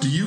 Do you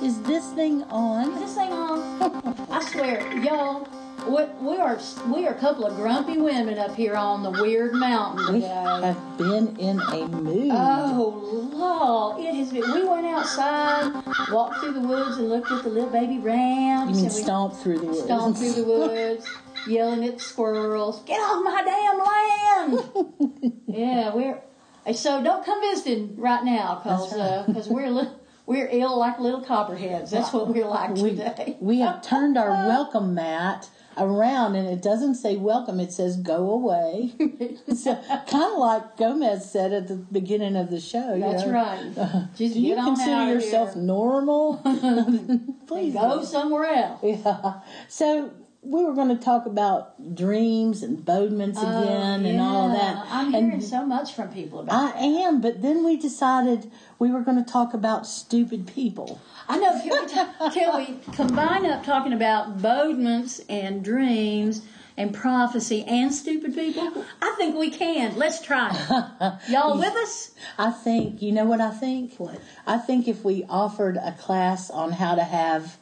Is this thing on? This thing on. I swear, y'all, we, we are we are a couple of grumpy women up here on the weird mountain We today. have been in a mood. Oh law, it has been. We went outside, walked through the woods, and looked at the little baby you rams. mean and we stomp through the woods? stomped through the woods, yelling at the squirrels, "Get off my damn land!" yeah, we're and so don't come visiting right now, cause uh, cause we're li- we're ill like little copperheads. That's what we're like we, today. we have turned our welcome mat around and it doesn't say welcome, it says go away. so, kind of like Gomez said at the beginning of the show. you That's know, right. Just Do you get on out consider of yourself here normal? and Please go somewhere else. Yeah. So we were going to talk about dreams and Bowdman's again and all Oh, Yeah, that. I'm and hearing so much from people about. I am, but then we decided we were going to talk about stupid people. I know. Can we, ta- can we combine up talking about bodements and dreams and prophecy and stupid people? I think we can. Let's try it. Y'all with us? I think, you know what I think? What? I think if we offered a class on how to have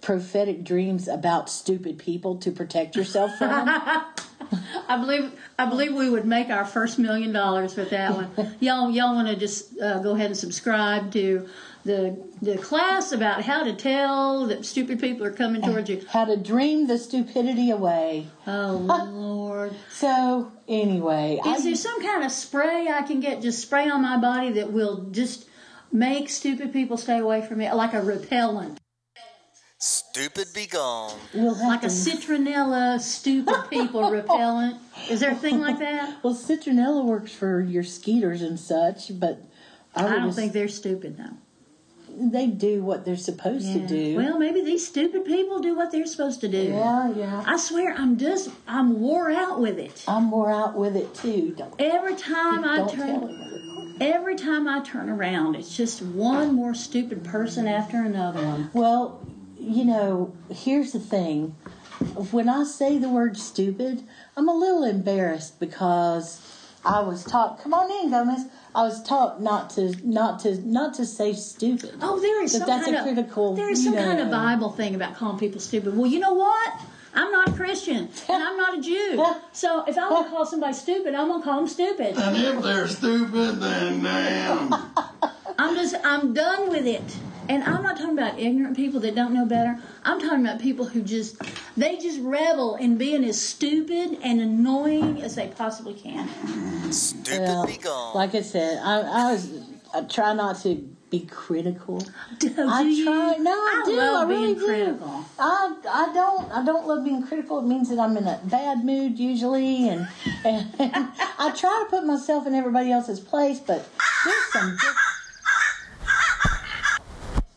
prophetic dreams about stupid people to protect yourself from them, I believe I believe we would make our first million dollars with that one. y'all y'all want to just uh, go ahead and subscribe to the the class about how to tell that stupid people are coming towards you. how to dream the stupidity away. Oh Lord! So, anyway, Is I, there some kind of spray I can get? Just spray on my body that will just make stupid people stay away from me, like a repellent, Stupid be gone. we'll have like to a citronella stupid people repellent. Is there a thing like that? Well, citronella works for your skeeters and such, but I, would I don't just- think they're stupid though. they do what they're supposed to do. Well, maybe these stupid people do what they're supposed to do. yeah, yeah. I swear, I'm just I'm wore out with it. I'm more out with it too. Don't, Every time I don't turn. tell her. Every time I turn around, it's just one more stupid person after another one. Well, you know, here's the thing. When I say the word stupid, I'm a little embarrassed because I was taught. Come on in, Gomez. I was taught not to, not to, not to say stupid. Oh, there is But some that's kind a of critical, There is you some know. uh, kind of Bible thing about calling people stupid. Well, you know what? I'm not a Christian and I'm not a Jew, so if I'm gonna call somebody stupid, I'm gonna call them stupid. And if they're stupid, then damn. I'm just I'm done with it. And I'm not talking about ignorant people that don't know better. I'm talking about people who just they just revel in being as stupid and annoying as they possibly can. Stupid Well, be gone. like I said, I, I was. I try not to be critical. Do, do I you? try. No, I, I do. love I really being critical. do. I I don't I don't love being critical. It means that I'm in a bad mood usually, and and, I try to put myself in everybody else's place. But there's some. diff-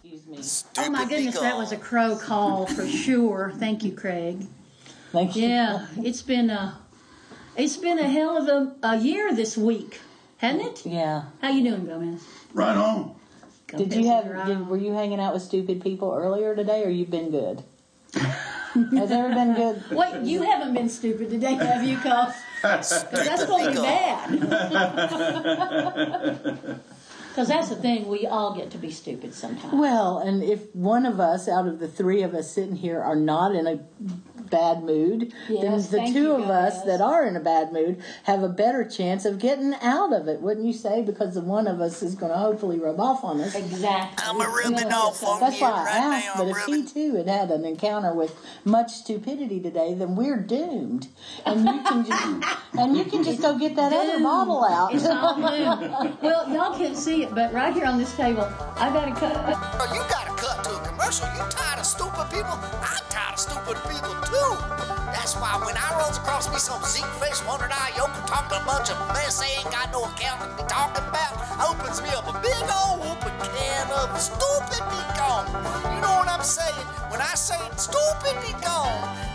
Excuse me. Stupid Oh my goodness, be gone. that was a crow call for sure. Thank you, Craig. Thank you. Yeah, it's been a it's been a hell of a, a year this week, hasn't it? Yeah. How you doing, Gomez? Right on. Did you have? Did, were you hanging out with stupid people earlier today, or you've been good? Has ever been good? Wait, you haven't been stupid today, have you, Cos? That's going to be Stupid. bad. Because that's the thing, we all get to be stupid sometimes. Well, and if one of us out of the three of us sitting here are not in a bad mood, Yes, then the thank two you, of us guys. that are in a bad mood have a better chance of getting out of it, wouldn't you say? Because the one of us is going to hopefully rub off on us. Exactly. I'm a rubbing off on That's you why I right asked, now. but I'm if he rubbing. too had had an encounter with much stupidity today, then we're doomed. And you can just and you can just go get that other Doomed. bottle out. It's all blue. Well, y'all can't see it, but right here on this table, I got a cup. Oh, you gotta cut to a commercial. You tired of stupid people? I'm tired of stupid people too. That's why when I runs across me some zeke-faced, wandering-eyed yokel talking a bunch of mess, they ain't got no account to be talking about, opens me up a big old whooping can of stupid. stupid be gone.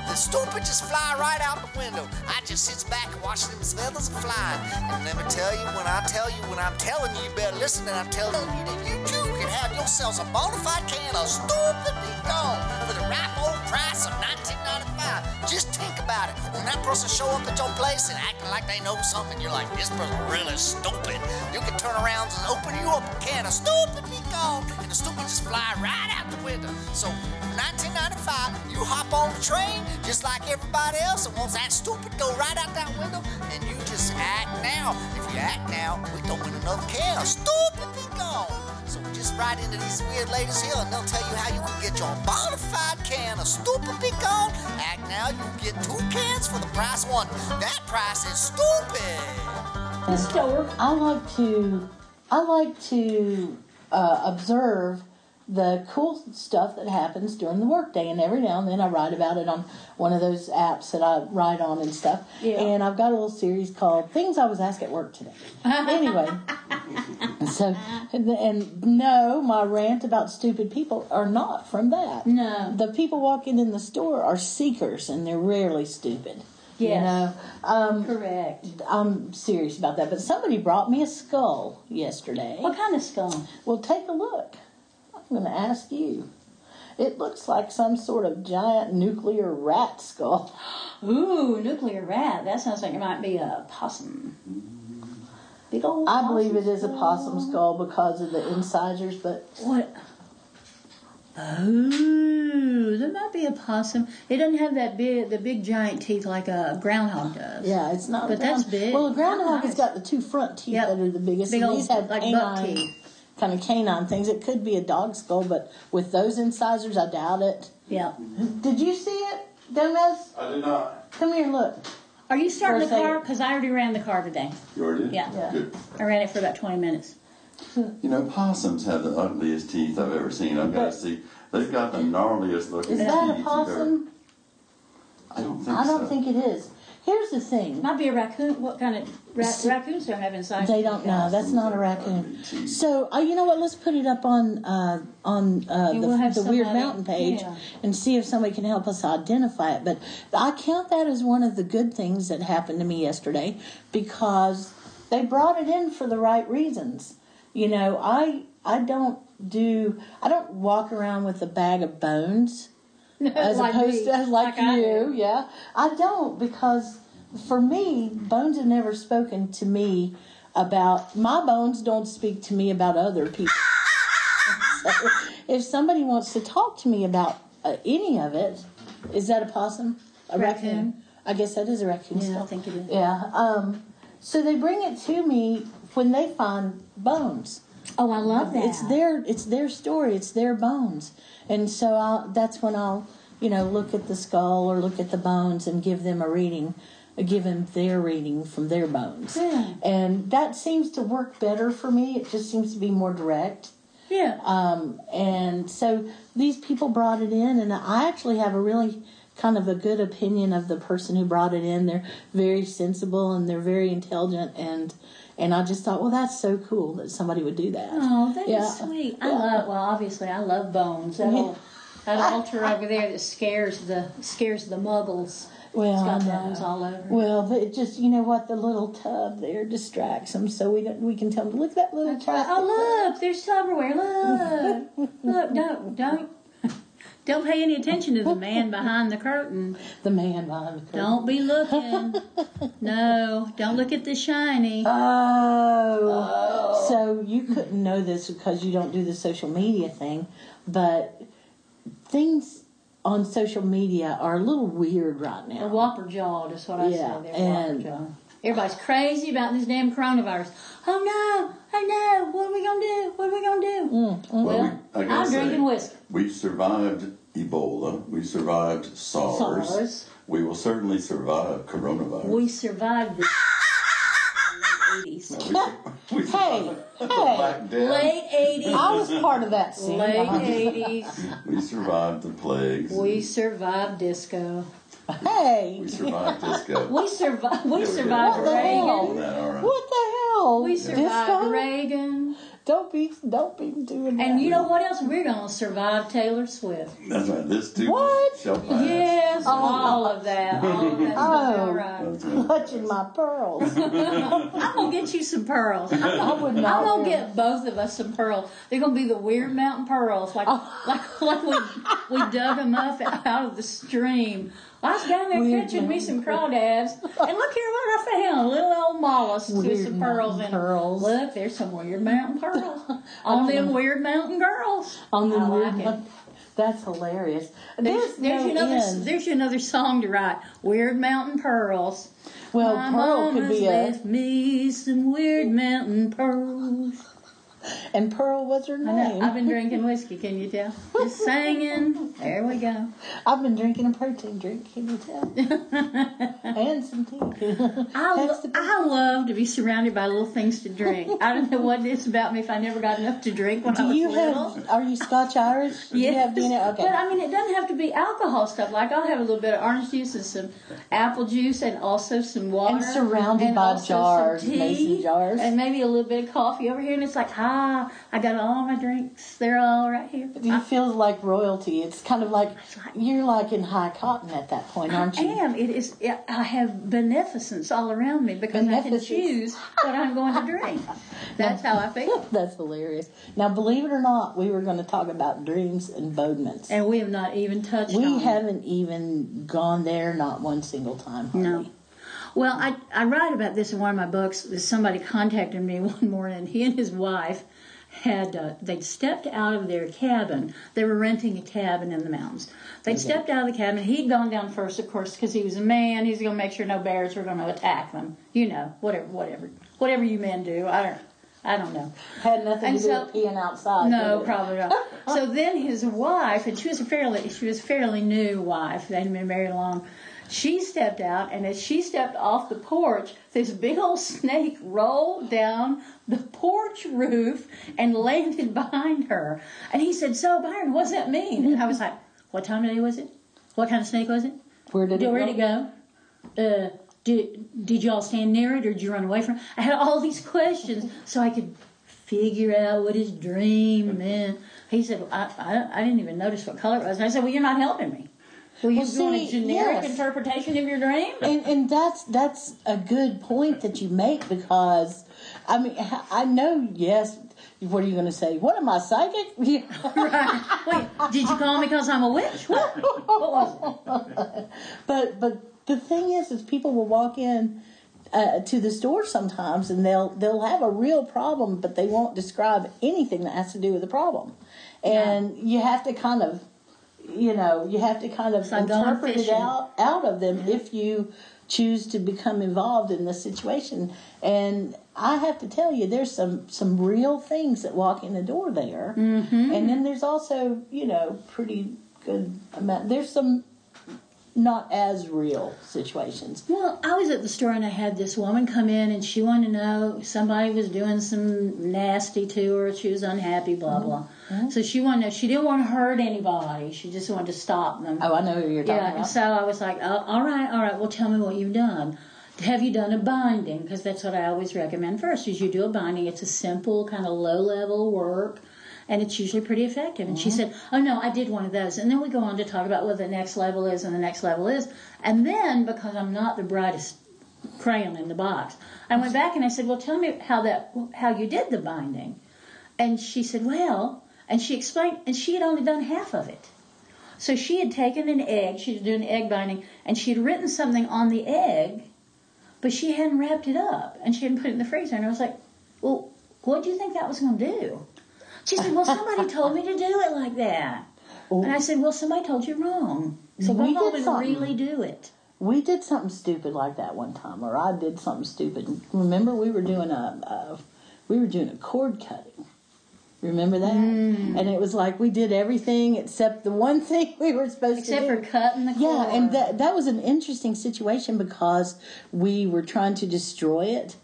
The stupid just fly right out the window. I just sits back and watch them feathers fly. And let me tell you, when I tell you, when I'm telling you, you better listen. And I'm telling you that you too can have yourselves a bona fide can of stupid be gone for the ripe old price of 19.95. Just think about it. When that person show up at your place and acting like they know something, you're like, this person really stupid. You can turn around and open you up a can of stupid be gone, and the stupid just fly right out the window. So, 1995, you hop on the train just like everybody else, and once that stupid go right out that window, and you just act now. If you act now, we don't win another can of stupid be gone. So just ride into these weird ladies here, and they'll tell you how you can get your bona fide can of stupid be gone. Act now, you get two cans for the price of one. That price is stupid. Store. I like to I like to uh, observe the cool stuff that happens during the workday, and every now and then I write about it on one of those apps that I write on and stuff. Yeah. And I've got a little series called "Things I Was Asked at Work Today." anyway, so and, and no, my rant about stupid people are not from that. No. the people walking in the store are seekers, and they're rarely stupid. Yes. You know, Correct. I'm serious about that, but somebody brought me a skull yesterday. What kind of skull? Well, take a look. I'm going to ask you. It looks like some sort of giant nuclear rat skull. Ooh, nuclear rat. That sounds like it might be a possum. Big old. I believe possum it is a possum skull because of the incisors, but What? Oh, that might be a possum. It doesn't have that big, the big giant teeth like a groundhog does. yeah, it's not. a But that's ground- big. Well, a groundhog has Nice. got the two front teeth Yep. that are the biggest. Big and old, these have like buck canine, teeth. kind of canine things. It could be a dog skull, but with those incisors, I doubt it. Yeah. Did you see it, Gomez? I did not. Come here, look. Are you starting For a the car? second. Because I already ran the car today. You already did? Yeah. Yeah. Good. I ran it for about 20 minutes. You know, possums have the ugliest teeth I've ever seen. I've got to see. They've got the gnarliest looking Is teeth. that a you've possum? ever- I don't think I don't so. think it is. Here's the thing. Might be a raccoon. What kind of ra- raccoons don't have inside? They don't know. That's not a raccoon. So uh, you know what? Let's put it up on uh, on uh, And we'll have the, the Weird somebody- Mountain page yeah. and see if somebody can help us identify it. But I count that as one of the good things that happened to me yesterday because they brought it in for the right reasons. You know, I I don't do I don't walk around with a bag of bones as Like opposed me. to like, Like I you, do. yeah. I don't because for me, bones have never spoken to me about my bones don't speak to me about other people. so if somebody wants to talk to me about uh, any of it, is that a possum? A raccoon? Raccoon. I guess that is a raccoon. Yeah, I skull. think it is. Yeah. Um, so they bring it to me when they find bones Oh, I love that. it's their it's their story it's their bones and so I'll, that's when i'll you know look at the skull or look at the bones and give them a reading give them their reading from their bones Yeah. and that seems to work better for me it just seems to be more direct Yeah. um, and so these people brought it in, and I actually have a really kind of a good opinion of the person who brought it in. They're very sensible and they're very intelligent, and and I just thought, well, that's so cool that somebody would do that. Oh, that is sweet. I love. Well, obviously, I love bones. That old, that altar over there that scares the scares the muggles. Well, it's got I know. bones all over. Well, but it just you know what the little tub there distracts them, so we don't we can tell them look at that little That's tub. right. Oh, look! There's silverware. Look, look! Don't don't don't pay any attention to the man behind the curtain. the man behind the curtain. Don't be looking. No, don't look at the shiny. Oh. So you couldn't know this because you don't do the social media thing, but things on social media are a little weird right They're now. whopper jawed is what I Yeah, say. They're and- whopper jawed. Everybody's crazy about this damn coronavirus. Oh no! Oh no! What are we gonna do? What are we gonna do? Well, Well, we, I gotta I'm say, drinking whiskey. We've survived Ebola. We survived SARS. SARS. We will certainly survive coronavirus. We survived this. Eighties, No, we, we Hey, survived the hey, Black Death. late eighties, I was part of that scene. late eighties. We survived the plagues. We survived disco. Hey, We survived disco. We survived. We Yeah, we did. survived What the hell? Reagan. All that, all right. what the hell? We survived Disco? Reagan. Don't be, don't be doing that. And you know what else? We're gonna survive Taylor Swift. That's right. This too What? shall pass. Yes, all of that. All of that stuff. Oh. All right. That's right. clutching my pearls. I'm gonna get you some pearls. I'm gonna, I would not. I'm gonna do it. get both of us some pearls. They're gonna be the weird mountain pearls, like Oh. like like we we dug them up out of the stream. I was down there Weird catching me some mountain crawdads, and look here what I found: little old mollusks Weird with some pearls mountain in 'em. pearls. Look, there's some weird mountain pearls on them weird mountain girls. on the I weird like it. one. That's hilarious. There's, There's, there's no another end. there's another song to write. Weird mountain pearls. well, My pearl could mama's be a left me some weird mountain pearls. and pearl was her I know. name. I've been drinking whiskey. Can you tell? Just singing. There we go. I've been drinking a protein drink. Can you tell? and some tea. I, lo- That's the- I love to be surrounded by little things to drink. I don't know what it is about me if I never got enough to drink when I Do was you little. have? Are you Scotch Irish? You have DNA? Okay. But I mean, it doesn't have to be alcohol stuff. Like I'll have a little bit of orange juice and some apple juice, and also some water. And surrounded and by also some jars, tea, mason jars. and maybe a little bit of coffee over here. And it's like, ah, I got all my drinks. They're all right here. you feel like royalty. It's kind of like you're like in high cotton at that point, aren't I you? am. It is. It, I have beneficence all around me because I can Beneficence. choose what I'm going to drink. That's how I feel. That's hilarious. Now, believe it or not, we were going to talk about dreams and bodements. And we have not even touched. we on it. haven't even gone there, not one single time. No. hardly. Well, I, I write about this in one of my books. Somebody contacted me one morning. He and his wife had, uh, they'd stepped out of their cabin. They were renting a cabin in the mountains. They'd stepped out of the cabin. He'd gone down first, of course, because he was a man. He's going to make sure no bears were going to attack them. You know, whatever, whatever. Whatever you men do. I don't, I don't know. Had nothing And to so- do with peeing outside. No, did it? probably not. so then his wife, and she was a fairly she was a fairly new wife. They hadn't been married long. She stepped out, and as she stepped off the porch, this big old snake rolled down the porch roof and landed behind her. And he said, "So, Byron, what's that mean?" And I was like, "What time of day was it? What kind of snake was it? Where did it Where did go? it go? Uh, did did y'all stand near it, or did you run away from it? I had all these questions, so I could figure out what his dream meant. He said, I, I, I didn't even notice what color it was. And I said, Well, you're not helping me. Well, you Well, doing a see, generic yes. interpretation of your dream? And, and that's that's a good point that you make because, I mean, I know yes. What are you going to say? What am I psychic? Yeah. Wait, did you call me because I'm a witch? What? what was But but the thing is, is people will walk in uh, to the store sometimes, and they'll they'll have a real problem, but they won't describe anything that has to do with the problem, and you have to kind of, you know, you have to kind of like going interpret it fishing. out out of them if you choose to become involved in the situation. And I have to tell you, there's some some real things that walk in the door there, Mm-hmm. and then there's also you know pretty good amount. There's some not as real situations. Well, I was at the store and I had this woman come in and she wanted to know somebody was doing some nasty to her. She was unhappy, blah blah. So she wanted to know. She didn't want to hurt anybody. She just wanted to stop them. Oh, I know who you're talking yeah. And about. so I was like, oh, all right, all right. Well, tell me what you've done. Have you done a binding? Because that's what I always recommend first. Is you do a binding. It's a simple kind of low level work. And it's usually pretty effective. And she said, Oh no, I did one of those. And then we go on to talk about what the next level is and the next level is. And then, because I'm not the brightest crayon in the box. I went back and I said, "Well, tell me how that how you did the binding." And she said, "Well," and she explained, and she had only done half of it. So she had taken an egg, she was doing egg binding, and she had written something on the egg, but she hadn't wrapped it up and she hadn't put it in the freezer. And I was like, "Well, what do you think that was going to do?" She said, "Well, somebody told me to do it like that." And I said, "Well, somebody told you wrong." So We did go home and something. really do it. We did something stupid like that one time, or I did something stupid. Remember, we were doing a, uh, we were doing a cord cutting. Remember that? Mm. And it was like we did everything except the one thing we were supposed Except to for do. cutting the yeah, cord. and that that was an interesting situation because we were trying to destroy it.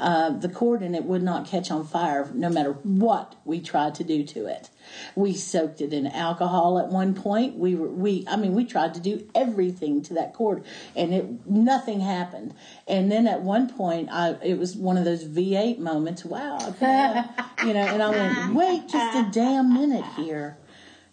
uh, the cord and it would not catch on fire no matter what we tried to do to it. We soaked it in alcohol at one point. We were we I mean we tried to do everything to that cord and it nothing happened. And then at one point I it was one of those V8 moments. Wow, I could have," you know, and I went wait just a damn minute here.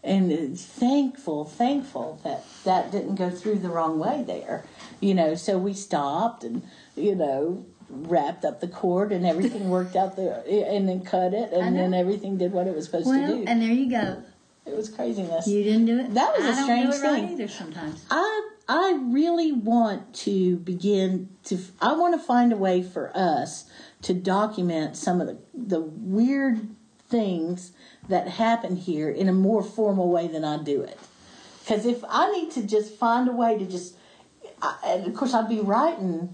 And it's thankful, thankful that that didn't go through the wrong way there. You know, so we stopped and you know wrapped up the cord and everything worked out there and then cut it and then everything did what it was supposed to Well, do. and there you go. It was craziness. You didn't do it. That was I a don't do strange it right thing. either sometimes. I I really want to begin to I want to find a way for us to document some of the the weird things that happen here in a more formal way than I do it. Cuz if I need to just find a way to just I, and of course I'd be writing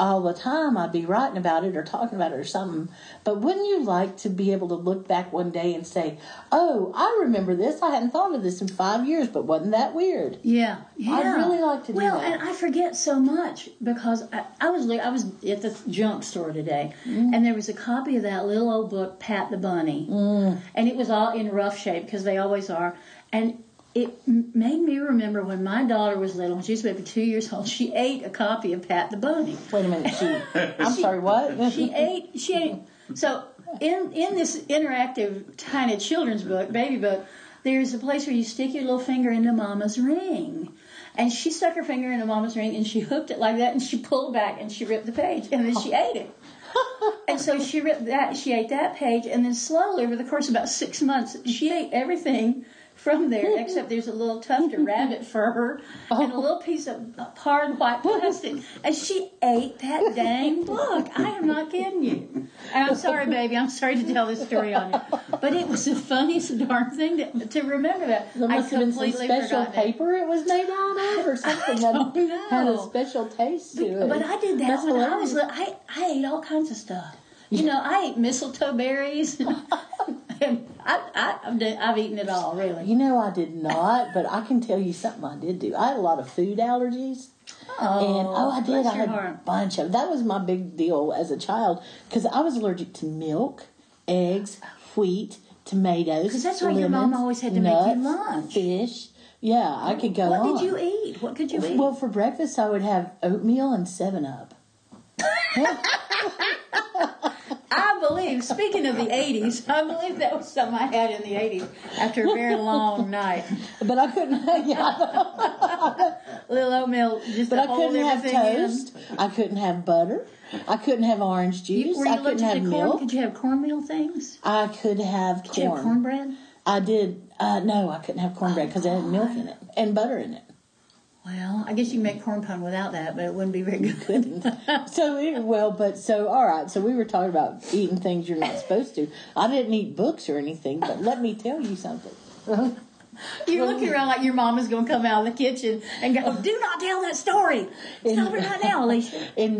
all the time I'd be writing about it or talking about it or something. But wouldn't you like to be able to look back one day and say, "Oh, I remember this. I hadn't thought of this in 5 years, but wasn't that weird?" Yeah, yeah. really like to do well, that. and I forget so much because I, I was li- I was at the junk store today, Mm. and there was a copy of that little old book, Pat the Bunny, Mm. and it was all in rough shape because they always are, and. It m- made me remember when my daughter was little, when she was maybe two years old, she ate a copy of Pat the Bunny. Wait a minute. She, I'm sorry. What? She ate. She ate. So in in this interactive tiny children's book, baby book, there's a place where you stick your little finger into Mama's ring, and she stuck her finger into Mama's ring and she hooked it like that and she pulled back and she ripped the page and then she ate it. And so she ripped that. She ate that page and then slowly over the course of about six months, she ate everything. From Hmm. there, except there's a little tuft of rabbit fur Oh. and a little piece of hard white plastic, and she ate that dang book. I am not kidding you. And I'm sorry, baby. I'm sorry to tell this story on you, but it was the funniest darn thing to, to remember that. There must I have been some completely special forgot that. paper it was made out of, or something that know. had a special taste to it. But I did that That's when I was hilarious. little. I, I ate all kinds of stuff. You know, I ate mistletoe berries. and I, I, I've, done, I've eaten it all, really. You know, I did not, but I can tell you something I did do. I had a lot of food allergies. Oh, and oh, I did. bless I your had a heart. bunch of. That was my big deal as a child because I was allergic to milk, eggs, wheat, tomatoes. 'Cause that's why your mom lemons, always had to make you nuts, lunch. Fish. Yeah, I could go What on. did you eat? What could you eat? Well, for breakfast, I would have oatmeal and Seven Up. I believe, speaking of the 80s, I believe that was something I had in the 80s after a very long night. But I couldn't. Yeah, Little oatmeal, just But to I hold couldn't have everything in. toast. I couldn't have butter. I couldn't have orange You, juice. were I you couldn't looking have at the corn? milk. Could you have cornmeal things? I could have Could you have corn. cornbread? I did. Uh, no, I couldn't have Oh, cornbread because it had milk in it and butter in it. Well, I guess you can make corn pone without that, but it wouldn't be very good. So it, well, but so all right. So we were talking about eating things you're not supposed to. I didn't eat books or anything, but let me tell you something. You're looking around like your mom is going to come out of the kitchen and go, "Do not tell that story. Stop it right now, Alicia." In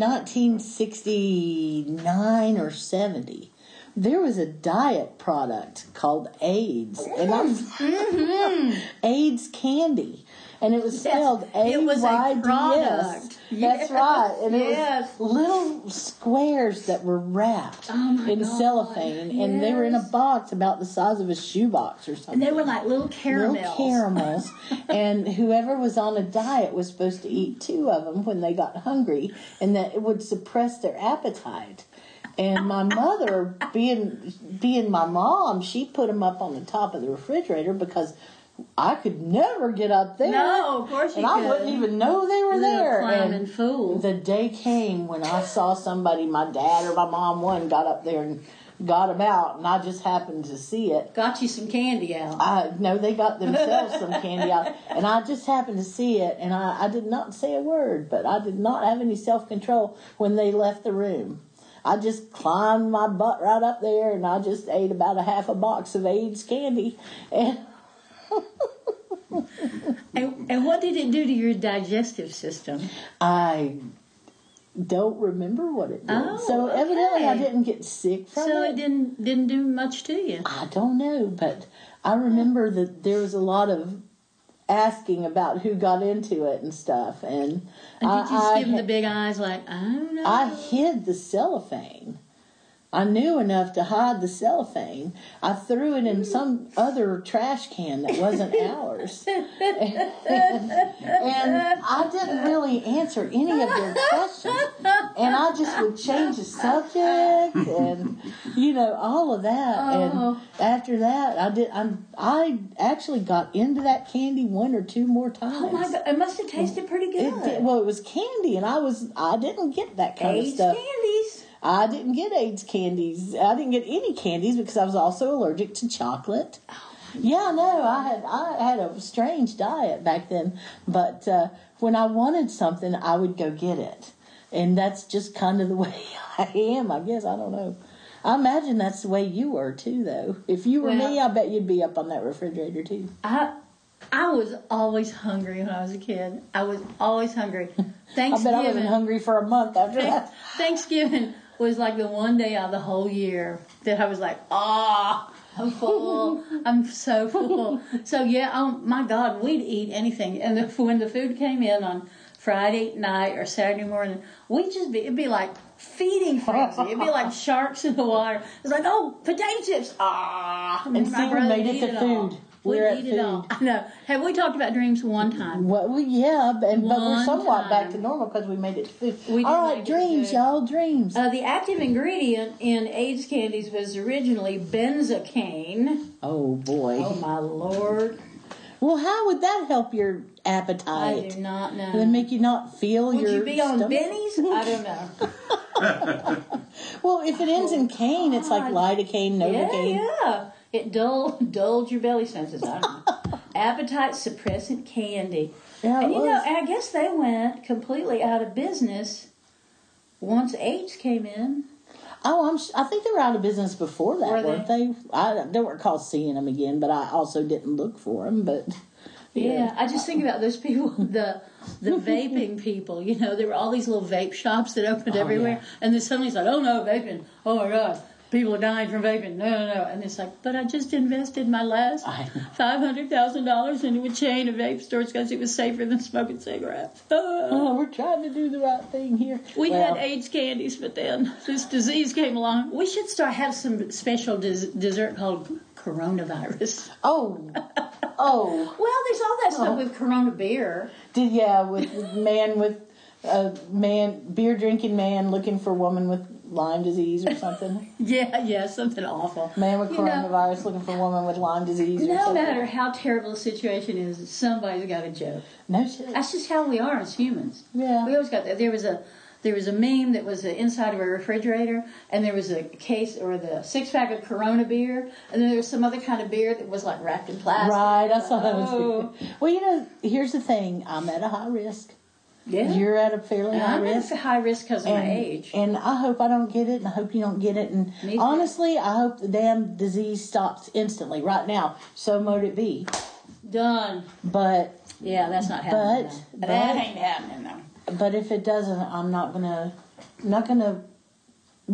1969 or 70, there was a diet product called AIDS, and I Mm-hmm. AIDS candy, and it was spelled A it was a Y D S. product. That's right, and it yes. Oh was little squares that were wrapped my in God, cellophane, and they were in a yes. box about the size of a shoebox or something. And they were like little caramels. Little caramels, and whoever was on a diet was supposed to eat two of them when they got hungry, and that it would suppress their appetite. And my mother, being being my mom, she put them up on the top of the refrigerator because I could never get up there. No, of course you and I could. wouldn't even know they were Little there. climbing And fool. The day came when I saw somebody, my dad or my mom, one got up there and got them out, and I just happened to see it. Got you some candy out. I no, they got themselves some candy out, and I just happened to see it, and I, I did not say a word, but I did not have any self control when they left the room. I just climbed my butt right up there, and I just ate about a half a box of AIDS candy, and And, and what did it do to your digestive system? I don't remember what it did. Oh, so evidently, I okay. didn't get sick from So it. it didn't didn't do much to you. I don't know, but I remember that there was a lot of asking about who got into it and stuff, and, And I, did you I just give them the had- Oh. big eyes like I don't know? I hid the cellophane I knew enough to hide the cellophane. I threw it Mm. in some other trash can that wasn't ours. and, and I didn't really answer any of their questions. And I just would change the subject and you know, all of that. Oh. And after that I did I I actually got into that candy one or two more times. Oh my god, it must have tasted pretty good. It did, well, it was candy, and I was I didn't get that kind of Aged stuff. candies. I didn't get AIDS candies. I didn't get any candies because I was also allergic to chocolate. Oh, Yeah, no, I had I had a strange diet back then, but uh, when I wanted something, I would go get it, and that's just kind of the way I am. I guess I don't know. I imagine that's the way you were too, though. If you were me, I Well- bet you'd be up on that refrigerator too. I I was always hungry when I was a kid. I was always hungry. I bet I Thanksgiving. wasn't hungry for a month after that. Thanksgiving was like the one day out of the whole year that I was like, ah, I'm full. I'm so full. So yeah, oh my God, we'd eat anything. And the, when the food came in on Friday night or Saturday morning, we'd just be it'd be like feeding frenzy. It'd be like sharks in the water. It's like oh, potato chips, ah. And my see, we brother made it eat to all. food. We'd We're at eat it all. food. I know. Have we talked about dreams one time? Well, we- yeah, b- and, but we're One somewhat back time. to normal because we made it to food. We did All make right, it to dreams, food. y'all, dreams. Uh, the active ingredient in AIDS candies was originally benzocaine. oh boy. Oh my lord! Well, how would that help your I do appetite? not know. Would it make you not feel Would your you be on stomach? Benny's? I don't know. Well, if it ends in cane, it's like lidocaine, Oh, yeah, novocaine. yeah. It dull dulled your belly senses. I don't know. Appetite suppressant candy. Yeah, and it you know, was. I guess they went completely out of business once AIDS came in. Oh, I'm. s- I think they were out of business before that, Were they? were not they? I don't recall seeing them again, but I also didn't look for them. But Yeah. I just think about those people, the the vaping people. You know, there were all these little vape shops that opened everywhere, and then suddenly it's like, oh no, vaping! Oh my god, people are dying from vaping! No, no, no! And it's like, but I just invested my last I- five hundred thousand dollars into a chain of vape stores because it was safer than smoking cigarettes. Oh, we're trying to do the right thing here. We Well, had AIDS candies, but then this disease came along. We should start have some special des- dessert called coronavirus. Oh, oh. Well, there's all that stuff with Corona beer. Did yeah, with with man with a man beer drinking man looking for woman with Lyme disease or something. Yeah, yeah, something awful. Man with You know- coronavirus looking for woman with Lyme disease or No something. matter how terrible the situation is, somebody's got a joke. No shit. That's just how we are as humans. Yeah. We always got that. There was a there was a meme that was the inside of a refrigerator, and there was a case or the six pack of Corona beer, and then there was some other kind of beer that was like wrapped in plastic. Right, I saw that was Oh. Well, you know, here's the thing. I'm at a high risk. Yeah. You're at a fairly And high I'm risk. at a high risk because of and, my age. And I hope I don't get it, and I hope you don't get it. And Me too. honestly, I hope the damn disease stops instantly right now. So mote it be. Done. But Yeah, that's not happening. But- though. that but- ain't happening though. But if it doesn't, I'm not gonna not gonna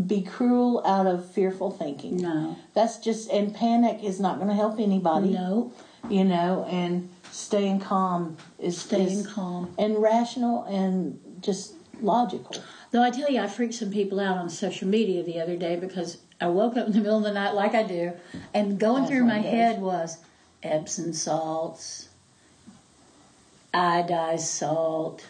be cruel out of fearful thinking. No. That's just and panic is not gonna help anybody. No. You know, and staying calm is Staying is- calm. and rational and just logical. Though I tell you, I freaked some people out on social media the other day because I woke up in the middle of the night like I do, and going As through one my does. head was Epsom salts, iodized salt,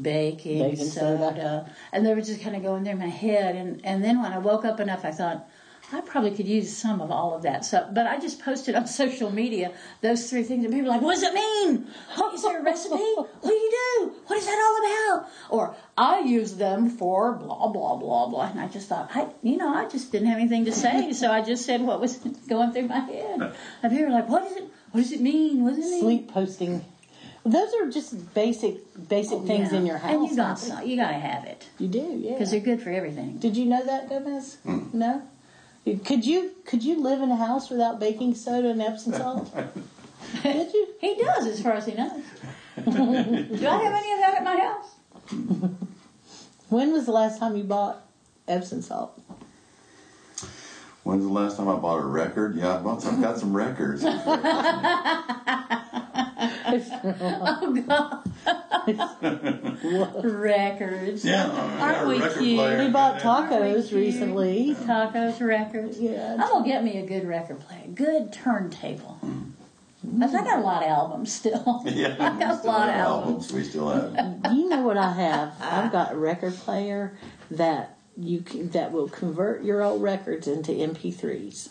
baking, Baking soda. soda. uh, and they were just kind of going through my head. And, and then when I woke up enough, I thought, I probably could use some of all of that. So, but I just posted on social media those three things, and people were like, "What does it mean? Is there a recipe? What do you do? What is that all about?" Or I use them for blah blah blah blah. And I just thought, I you know, I just didn't have anything to say, so I just said what was going through my head. And people were like, "What is it? What does it mean? What does it mean?" Sleep posting. Those are just basic basic things Oh, Yeah. in your house. and you got aren't some, you got to have it they? you do, yeah. because they're good for everything. Did you know that, Gomez? No. Could you could you live in a house without baking soda and Epsom salt? Did you? He does, as far as he knows. Do I have any of that at my house? When was the last time you bought Epsom salt? When's the last time I bought a record? Yeah, I bought some, got some records. Oh God! records. Yeah, I got Aren't a we record cute? player. We bought Yeah. tacos recently. Tacos records. Yeah. I'm gonna get me a good record player, good turntable. 'Cause I got a lot of albums still. Mm-hmm. Yeah, I got a still lot of have albums. We still have. You know what I have? I've got a record player that you can, that will convert your old records into MP3s.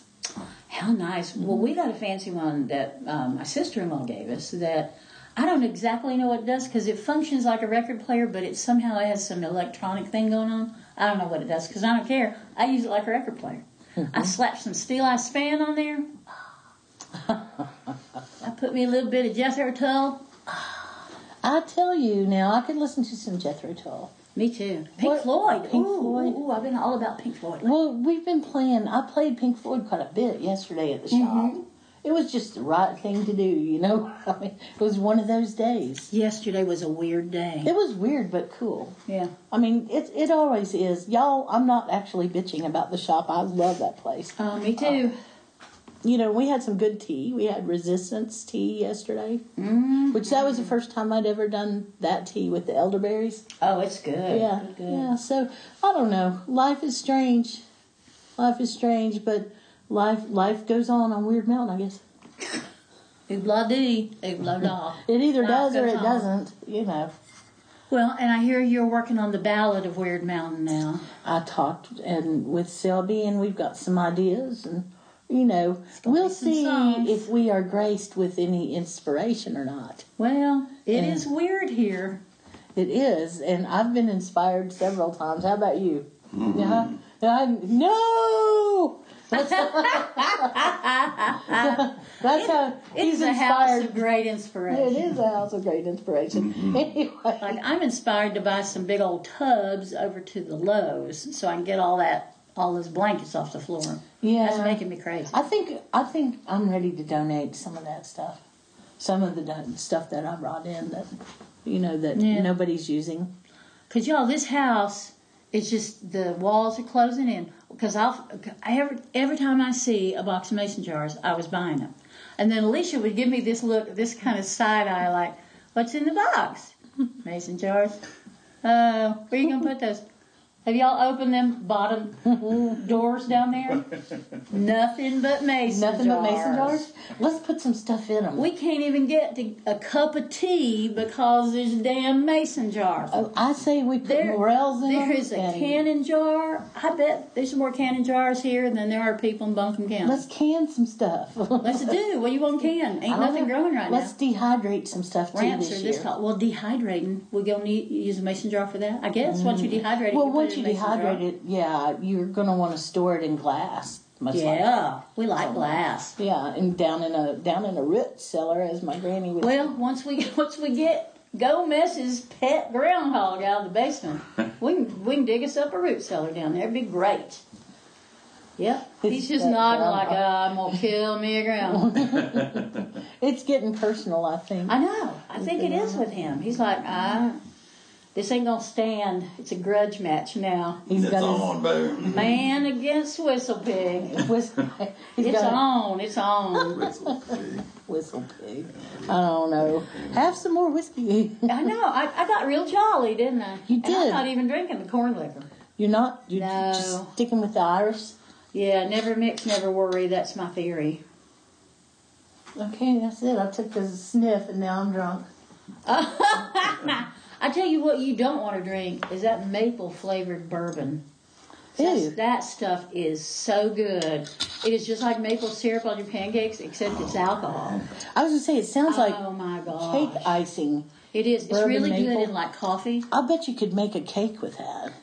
How nice. Well, we got a fancy one that um, my sister in law gave us that I don't exactly know what it does because it functions like a record player, but it somehow has some electronic thing going on. I don't know what it does because I don't care. I use it like a record player. I slapped some Steel Eye Span on there. I put me a little bit of Jethro Tull. I tell you now, I could listen to some Jethro Tull. Me too. Pink What? Floyd. Pink ooh, Floyd. Ooh, ooh, I've been all about Pink Floyd. Well, we've been playing. I played Pink Floyd quite a bit yesterday at the shop. It was just the right thing to do, you know. I mean, it was one of those days. Yesterday was a weird day. It was weird but cool. Yeah. I mean, it it always is. Y'all, I'm not actually bitching about the shop. I love that place. Uh, me too. You know, we had some good tea. We had resistance tea yesterday, Mm. which that was the first time I'd ever done that tea with the elderberries. Oh, it's good. Yeah, Good, good. yeah. So I don't know. Life is strange. Life is strange, but life life goes on on Weird Mountain, I guess. Oobla dee, oobla da. It either Life does or goes it on. doesn't. You know. Well, and I hear you're working on the ballad of Weird Mountain now. I talked and with Selby, and we've got some ideas, and you know, gonna be we'll some see songs. if we are graced with any inspiration or not. Well, it is Yeah. weird here. It is, and I've been inspired several times. How about you? Yeah. I- no. That's how It's he's a house inspired. of great It inspiration. is a house of great inspiration. Anyway, Like I'm inspired to buy some big old tubs over to the Lowe's so I can get all that all those blankets off the floor. yeah. That's making me crazy. I think I think I'm ready to donate some of that stuff, some of the don- stuff that I brought in that you know that Yeah. nobody's using. Cause y'all, this house is just the walls are closing in. Cause I'll every every time I see a box of mason jars, I was buying them, and then Alicia would give me this look, this kind of side eye, like, "What's in the box? mason jars? Uh, where you gonna put those? Have y'all opened them bottom doors down there? Nothing but mason. Nothing but mason jars. jars. Let's put some stuff in them. We can't even get to a cup of tea because there's damn mason jars. oh, I say we put There- morels in There 'em is a and cannon jar. I bet there's more cannon jars here than there are people in Buncombe County. Let's can some stuff. Let's do. What you want to can? Ain't I don't nothing know. growing right Let's dehydrate some stuff now. too Ramps this are year. this tall. Well, dehydrating. We're gonna need use a mason jar for that, I guess. Once you dehydrate it, Mm. well, you put once it you in a mason jar. dehydrate it, yeah, you're gonna want to store it in glass. Most likely. Yeah, we Uh-huh. like glass. yeah, and down in a down in a root cellar, as my granny would. Well, once we once we get Gomez's pet groundhog out of the basement, we can we can dig us up a root cellar down there. It'd be great. Yep. He's just That nodding like groundhog. I'm gonna kill me a groundhog. it's getting personal, I think. I know. I think it is with him. He's like, I, this ain't gonna stand. It's a grudge match now. He's It's got his on, baby. Man against whistle pig. Whistle, he's It's got a on. It's on. whistle pig. I don't know. Have some more whiskey. I know. I, I got real jolly, didn't I? You And I'm did. not even drinking the corn liquor. You're not. You're No. just sticking with the Irish. Yeah, never mix, never worry. That's my theory. Okay, that's it. I took a sniff and now I'm drunk. I tell you what, you don't want to drink is that maple flavored bourbon. That's- Ew. That stuff is so good. It is just like maple syrup on your pancakes, except it's alcohol. I was gonna say it sounds oh like my god! cake icing. It is. It's Bourbon really maple. good in like coffee. I bet you could make a cake with that.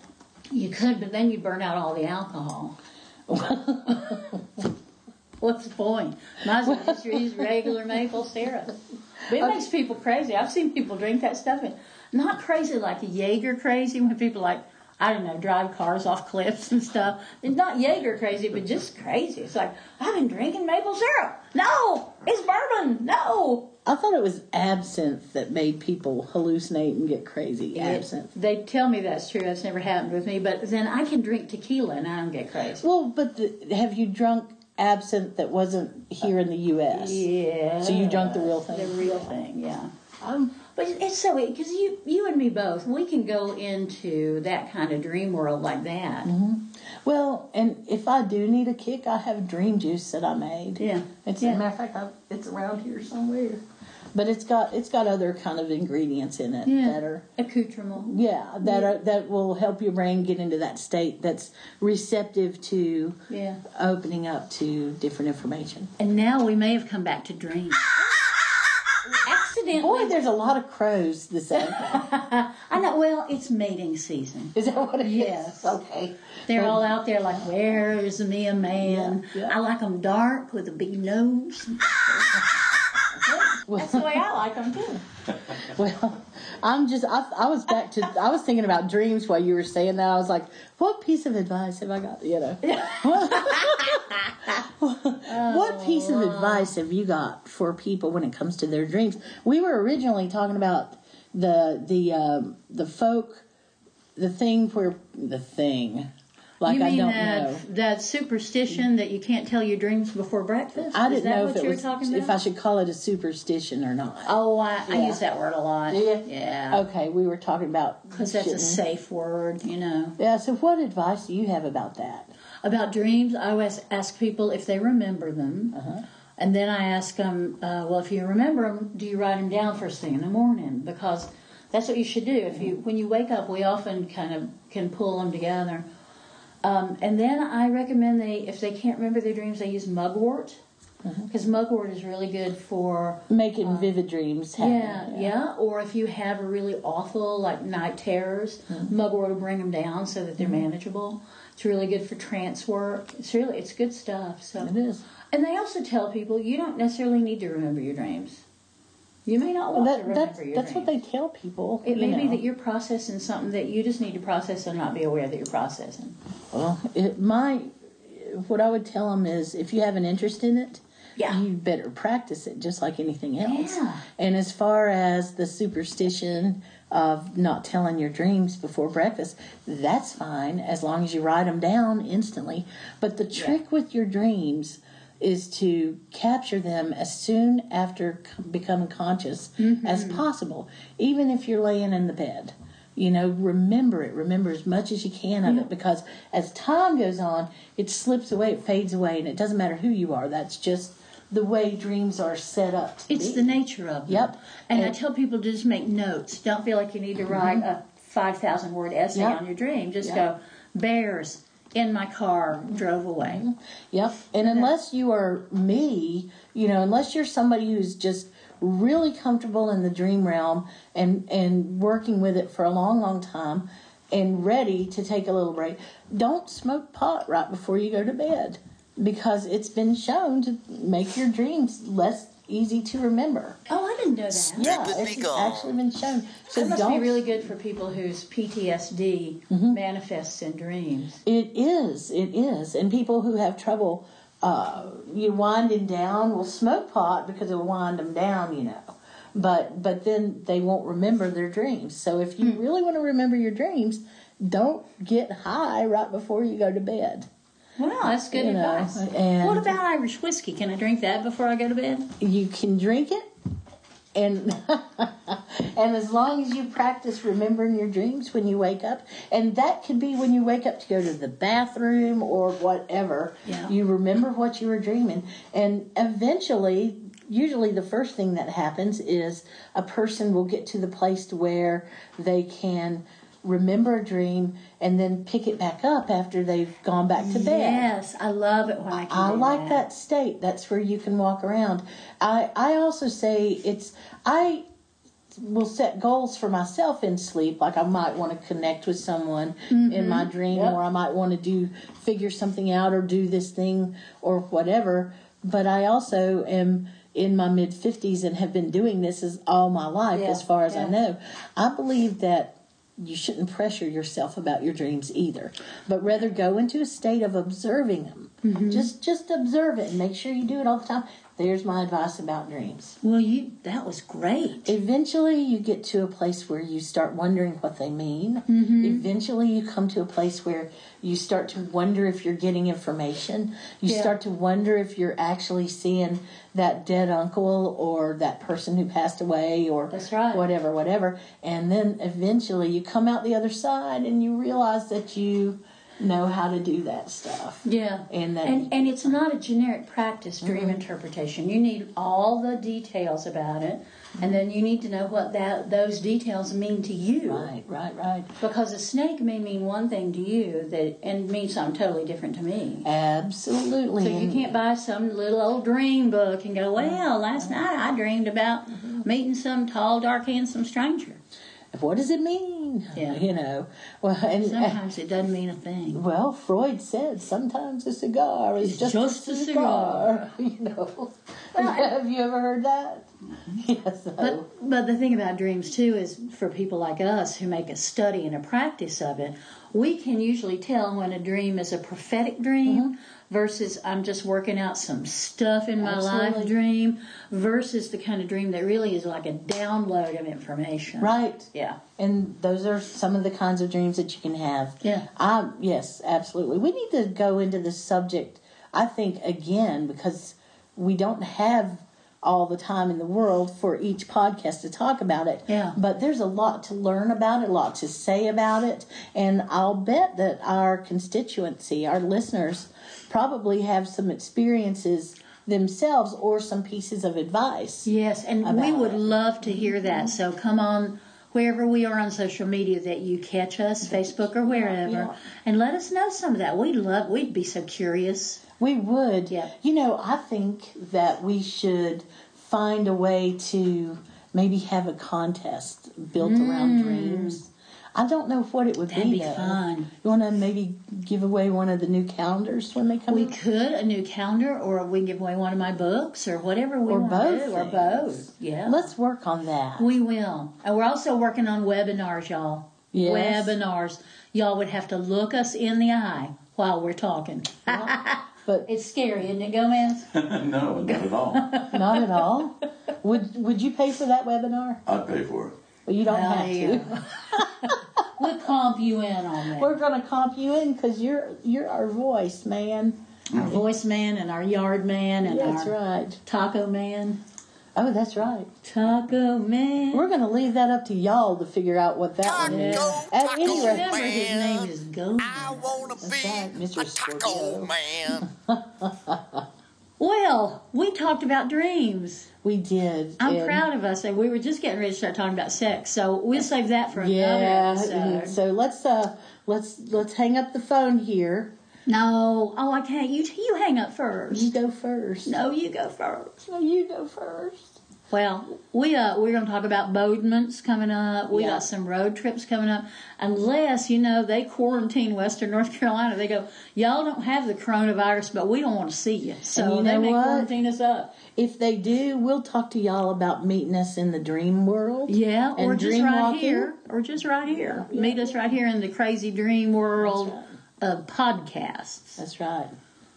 You could, but then you burn out all the alcohol. What's the point? Might as well just use regular maple syrup. But it makes people crazy. I've seen people drink that stuff, and not crazy like a Jaeger crazy when people like. I don't know, drive cars off cliffs and stuff. It's not Jaeger crazy, but just crazy. It's like, I've been drinking maple syrup. No, it's bourbon. No. I thought it was absinthe that made people hallucinate and get crazy. Absinthe. They tell me that's true. That's never happened with me. But then I can drink tequila and I don't get crazy. Well, but the, have you drunk absinthe that wasn't here in the U.S.? Yeah. So you drunk the real thing? The real thing, yeah. Um, but it's so because you you and me both, we can go into that kind of dream world like that. Well, and if I do need a kick, I have dream juice that I made. Yeah. It's Yeah. a matter of fact, I, it's around here somewhere. But it's got it's got other kind of ingredients in it Yeah. that are Accoutrement. yeah that are that will help your brain get into that state that's receptive to Yeah. opening up to different information. And now we may have come back to dreams. Accidentally. Boy, there's a lot of crows this afternoon. I know. Well, it's mating season. Is that what it is? Yes. Okay. They're all out there like, where's me a man? Yeah, yeah. I like them dark with a big nose. That's the way I like them too. Well, I'm just I, I was back to I was thinking about dreams while you were saying that. I was like, what piece of advice have I got? You know, what piece of advice have you got for people when it comes to their dreams? We were originally talking about the the um, the folk, the thing where the thing, like you I mean don't that, know. that superstition that you can't tell your dreams before breakfast? I didn't Is that know what if it you was were talking if about? I should call it a superstition or not. oh, I, I Yeah. use that word a lot. Do you? Oh, Yeah. Okay, we were talking about Because that's a shouldn't- safe word, you know. Yeah, so what advice do you have about that? About dreams, I always ask people if they remember them. And then I ask them, uh, well, if you remember them, do you write them down first thing in the morning? Because that's what you should do. If you when you wake up, we often kind of can pull them together. Um, and then I recommend they, if they can't remember their dreams, they use mugwort because mugwort is really good for Making vivid dreams happen. yeah, yeah, Or if you have a really awful like night terrors, Mm-hmm. mugwort will bring them down so that they're manageable. It's really good for trance work. It's really it's good stuff. So It is. and they also tell people you don't necessarily need to remember your dreams. You may not Well, want that, to remember that's your that's what dreams. they tell people. you It may be know. that you're processing something that you just need to process and not be aware that you're processing. Well, it, my what I would tell them is if you have an interest in it, Yeah. you better practice it just like anything else. Yeah. And as far as the superstition of not telling your dreams before breakfast, that's fine as long as you write them down instantly. But the trick with your dreams is to capture them as soon after c- becoming conscious as Mm-hmm. possible, even if you're laying in the bed. You know, remember it. Remember as much as you can of it because as time goes on, it slips away, it fades away, and it doesn't matter who you are. That's just the way dreams are set up. To It's be. the nature of them. Mm-hmm. Yep. And, I And- Mm-hmm. tell people to just make notes. Don't feel like you need to write a 5,000 word essay Yep. on your dream. Just Yep. go, bears in my car, drove away. Yep. And unless you are me, you know, unless you're somebody who's just really comfortable in the dream realm and and working with it for a long, long time and ready to take a little break, don't smoke pot right before you go to bed because it's been shown to make your dreams less easy to remember. Oh, I didn't know that. Yeah, Stupid it's beagle. actually been shown. So That must don't Mm-hmm. be really good for people whose PTSD manifests in dreams. It is. It is. And people who have trouble, uh, you winding down will smoke pot because it'll wind them down, you know. But but then they won't remember their dreams. So if you really want to remember your dreams, don't get high right before you go to bed. Wow, that's good You know, advice. and- what about Irish whiskey? Can I drink that before I go to bed? You can drink it, and and as long as you practice remembering your dreams when you wake up, and that could be when you wake up to go to the bathroom or whatever, Yeah. you remember what you were dreaming, and eventually. Usually, the first thing that happens is a person will get to the place to where they can remember a dream and then pick it back up after they've gone back to bed. Yes, I love it when I can. I do like that state. That's where you can walk around. I I also say it's I will set goals for myself in sleep. Like I might want to connect with someone in my dream, Mm-hmm. Yep. or I might want to do figure something out, or do this thing, or whatever. But I also am in my mid fifties and have been doing this as all my life, Yeah, as far as I yeah. know. I believe that you shouldn't pressure yourself about your dreams either, but Mm-hmm. rather go into a state of observing them. Just just observe it and make sure you do it all the time. There's my advice about dreams. Well, you that was great. Eventually, you get to a place where you start wondering what they mean. Mm-hmm. Eventually, you come to a place where you start to wonder if you're getting information. You Yeah. start to wonder if you're actually seeing that dead uncle or that person who passed away or That's right. whatever, whatever. And then eventually, you come out the other side and you realize that you know how to do that stuff. Yeah. And that Mm-hmm. And, and it's not a generic practice dream interpretation. You need all the details about it, and then you need to know what that those details mean to you. right, right, right. Because a snake may mean one thing to you that and mean something totally different to me. Absolutely. So you And- can't buy some little old dream book and go, "Well, last Mm-hmm. night I dreamed about meeting some tall, dark, handsome stranger." what does it mean? Yeah. You know, well, and Sometimes it doesn't mean a thing. well, Freud said sometimes a cigar is just, It's just a a cigar. You know, have you ever heard that? Yes. so- Mm-hmm. But, but the thing about dreams too is for people like us who make a study and a practice of it, we can usually tell when a dream is a prophetic dream Mm-hmm. versus I'm just working out some stuff in my life Absolutely. dream versus the kind of dream that really is like a download of information. right. Yeah. And those are some of the kinds of dreams that you can have. Yeah. I yes, absolutely. We need to go into this subject. I think again because we don't have all the time in the world for each podcast to talk about it. Yeah. But there's a lot to learn about it, a lot to say about it, and I'll bet that our constituency, our listeners, probably have some experiences themselves or some pieces of advice. Yes, and we About would it. love to hear Mm-hmm. that. So come on wherever we are on social media that you catch us, Facebook or wherever, Mm-hmm. yeah. and let us know some of that. We'd love we'd be so curious. We would. Yeah. You know, I think that we should find a way to maybe have a contest built around dreams. I don't know what it would Mm. That'd be though. fun. You want to maybe give away one of the new calendars when they come We out? could a new calendar, or we can give away one of my books, or whatever we Or want both to do, or things. both. Yeah, Let's work on that. we will. And we're also working on webinars, y'all. Yes. Webinars. Y'all would have to look us in the eye while we're talking. but It's scary, isn't it, Gomez? no, not at all. not at all. Would Would you pay for that webinar? I'd pay for it. Well, you don't Well, have to. yeah. We'll comp you in on that. We're gonna comp you in because you're you're our voice, man. our voice man and our yard man and That's our right. taco man. Oh, that's right. Taco man. We're gonna leave that up to y'all to figure out what that one is. Taco, At any taco rate- Remember his man. name is Gomez. I wanna be right, Mr. a taco Scorpio. man. Well, we talked about dreams. We did. I'm and- proud of us, and we were just getting ready to start talking about sex, so we'll save that for Yeah. another mhm. episode. So let's uh let's let's hang up the phone here. No, oh, I can't. You you hang up You first. go first. No, you go first. No, you go first. Well, we uh we're gonna talk about bodement's coming up. We Yeah. got some road trips coming up. Unless you know they quarantine Western North Carolina, they go, y'all don't have the coronavirus, but we don't want to see you. So you they know may what? quarantine us up. If they do, we'll talk to y'all about meeting us in the dream world. Yeah, And or just dream right walking. here, or just right here. Meet us right here in the crazy dream world of podcasts. That's right.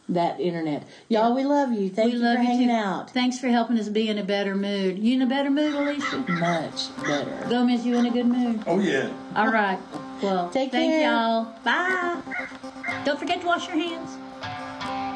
That internet. Y'all, we love you. Thank we you love for you hanging too. out. Thanks for helping us be in a better mood. You in a better mood, Alicia? Much better. Gomez, you in a good mood? Oh, yeah. All right. Well, Take thank care. y'all. Bye. Don't forget to wash your hands.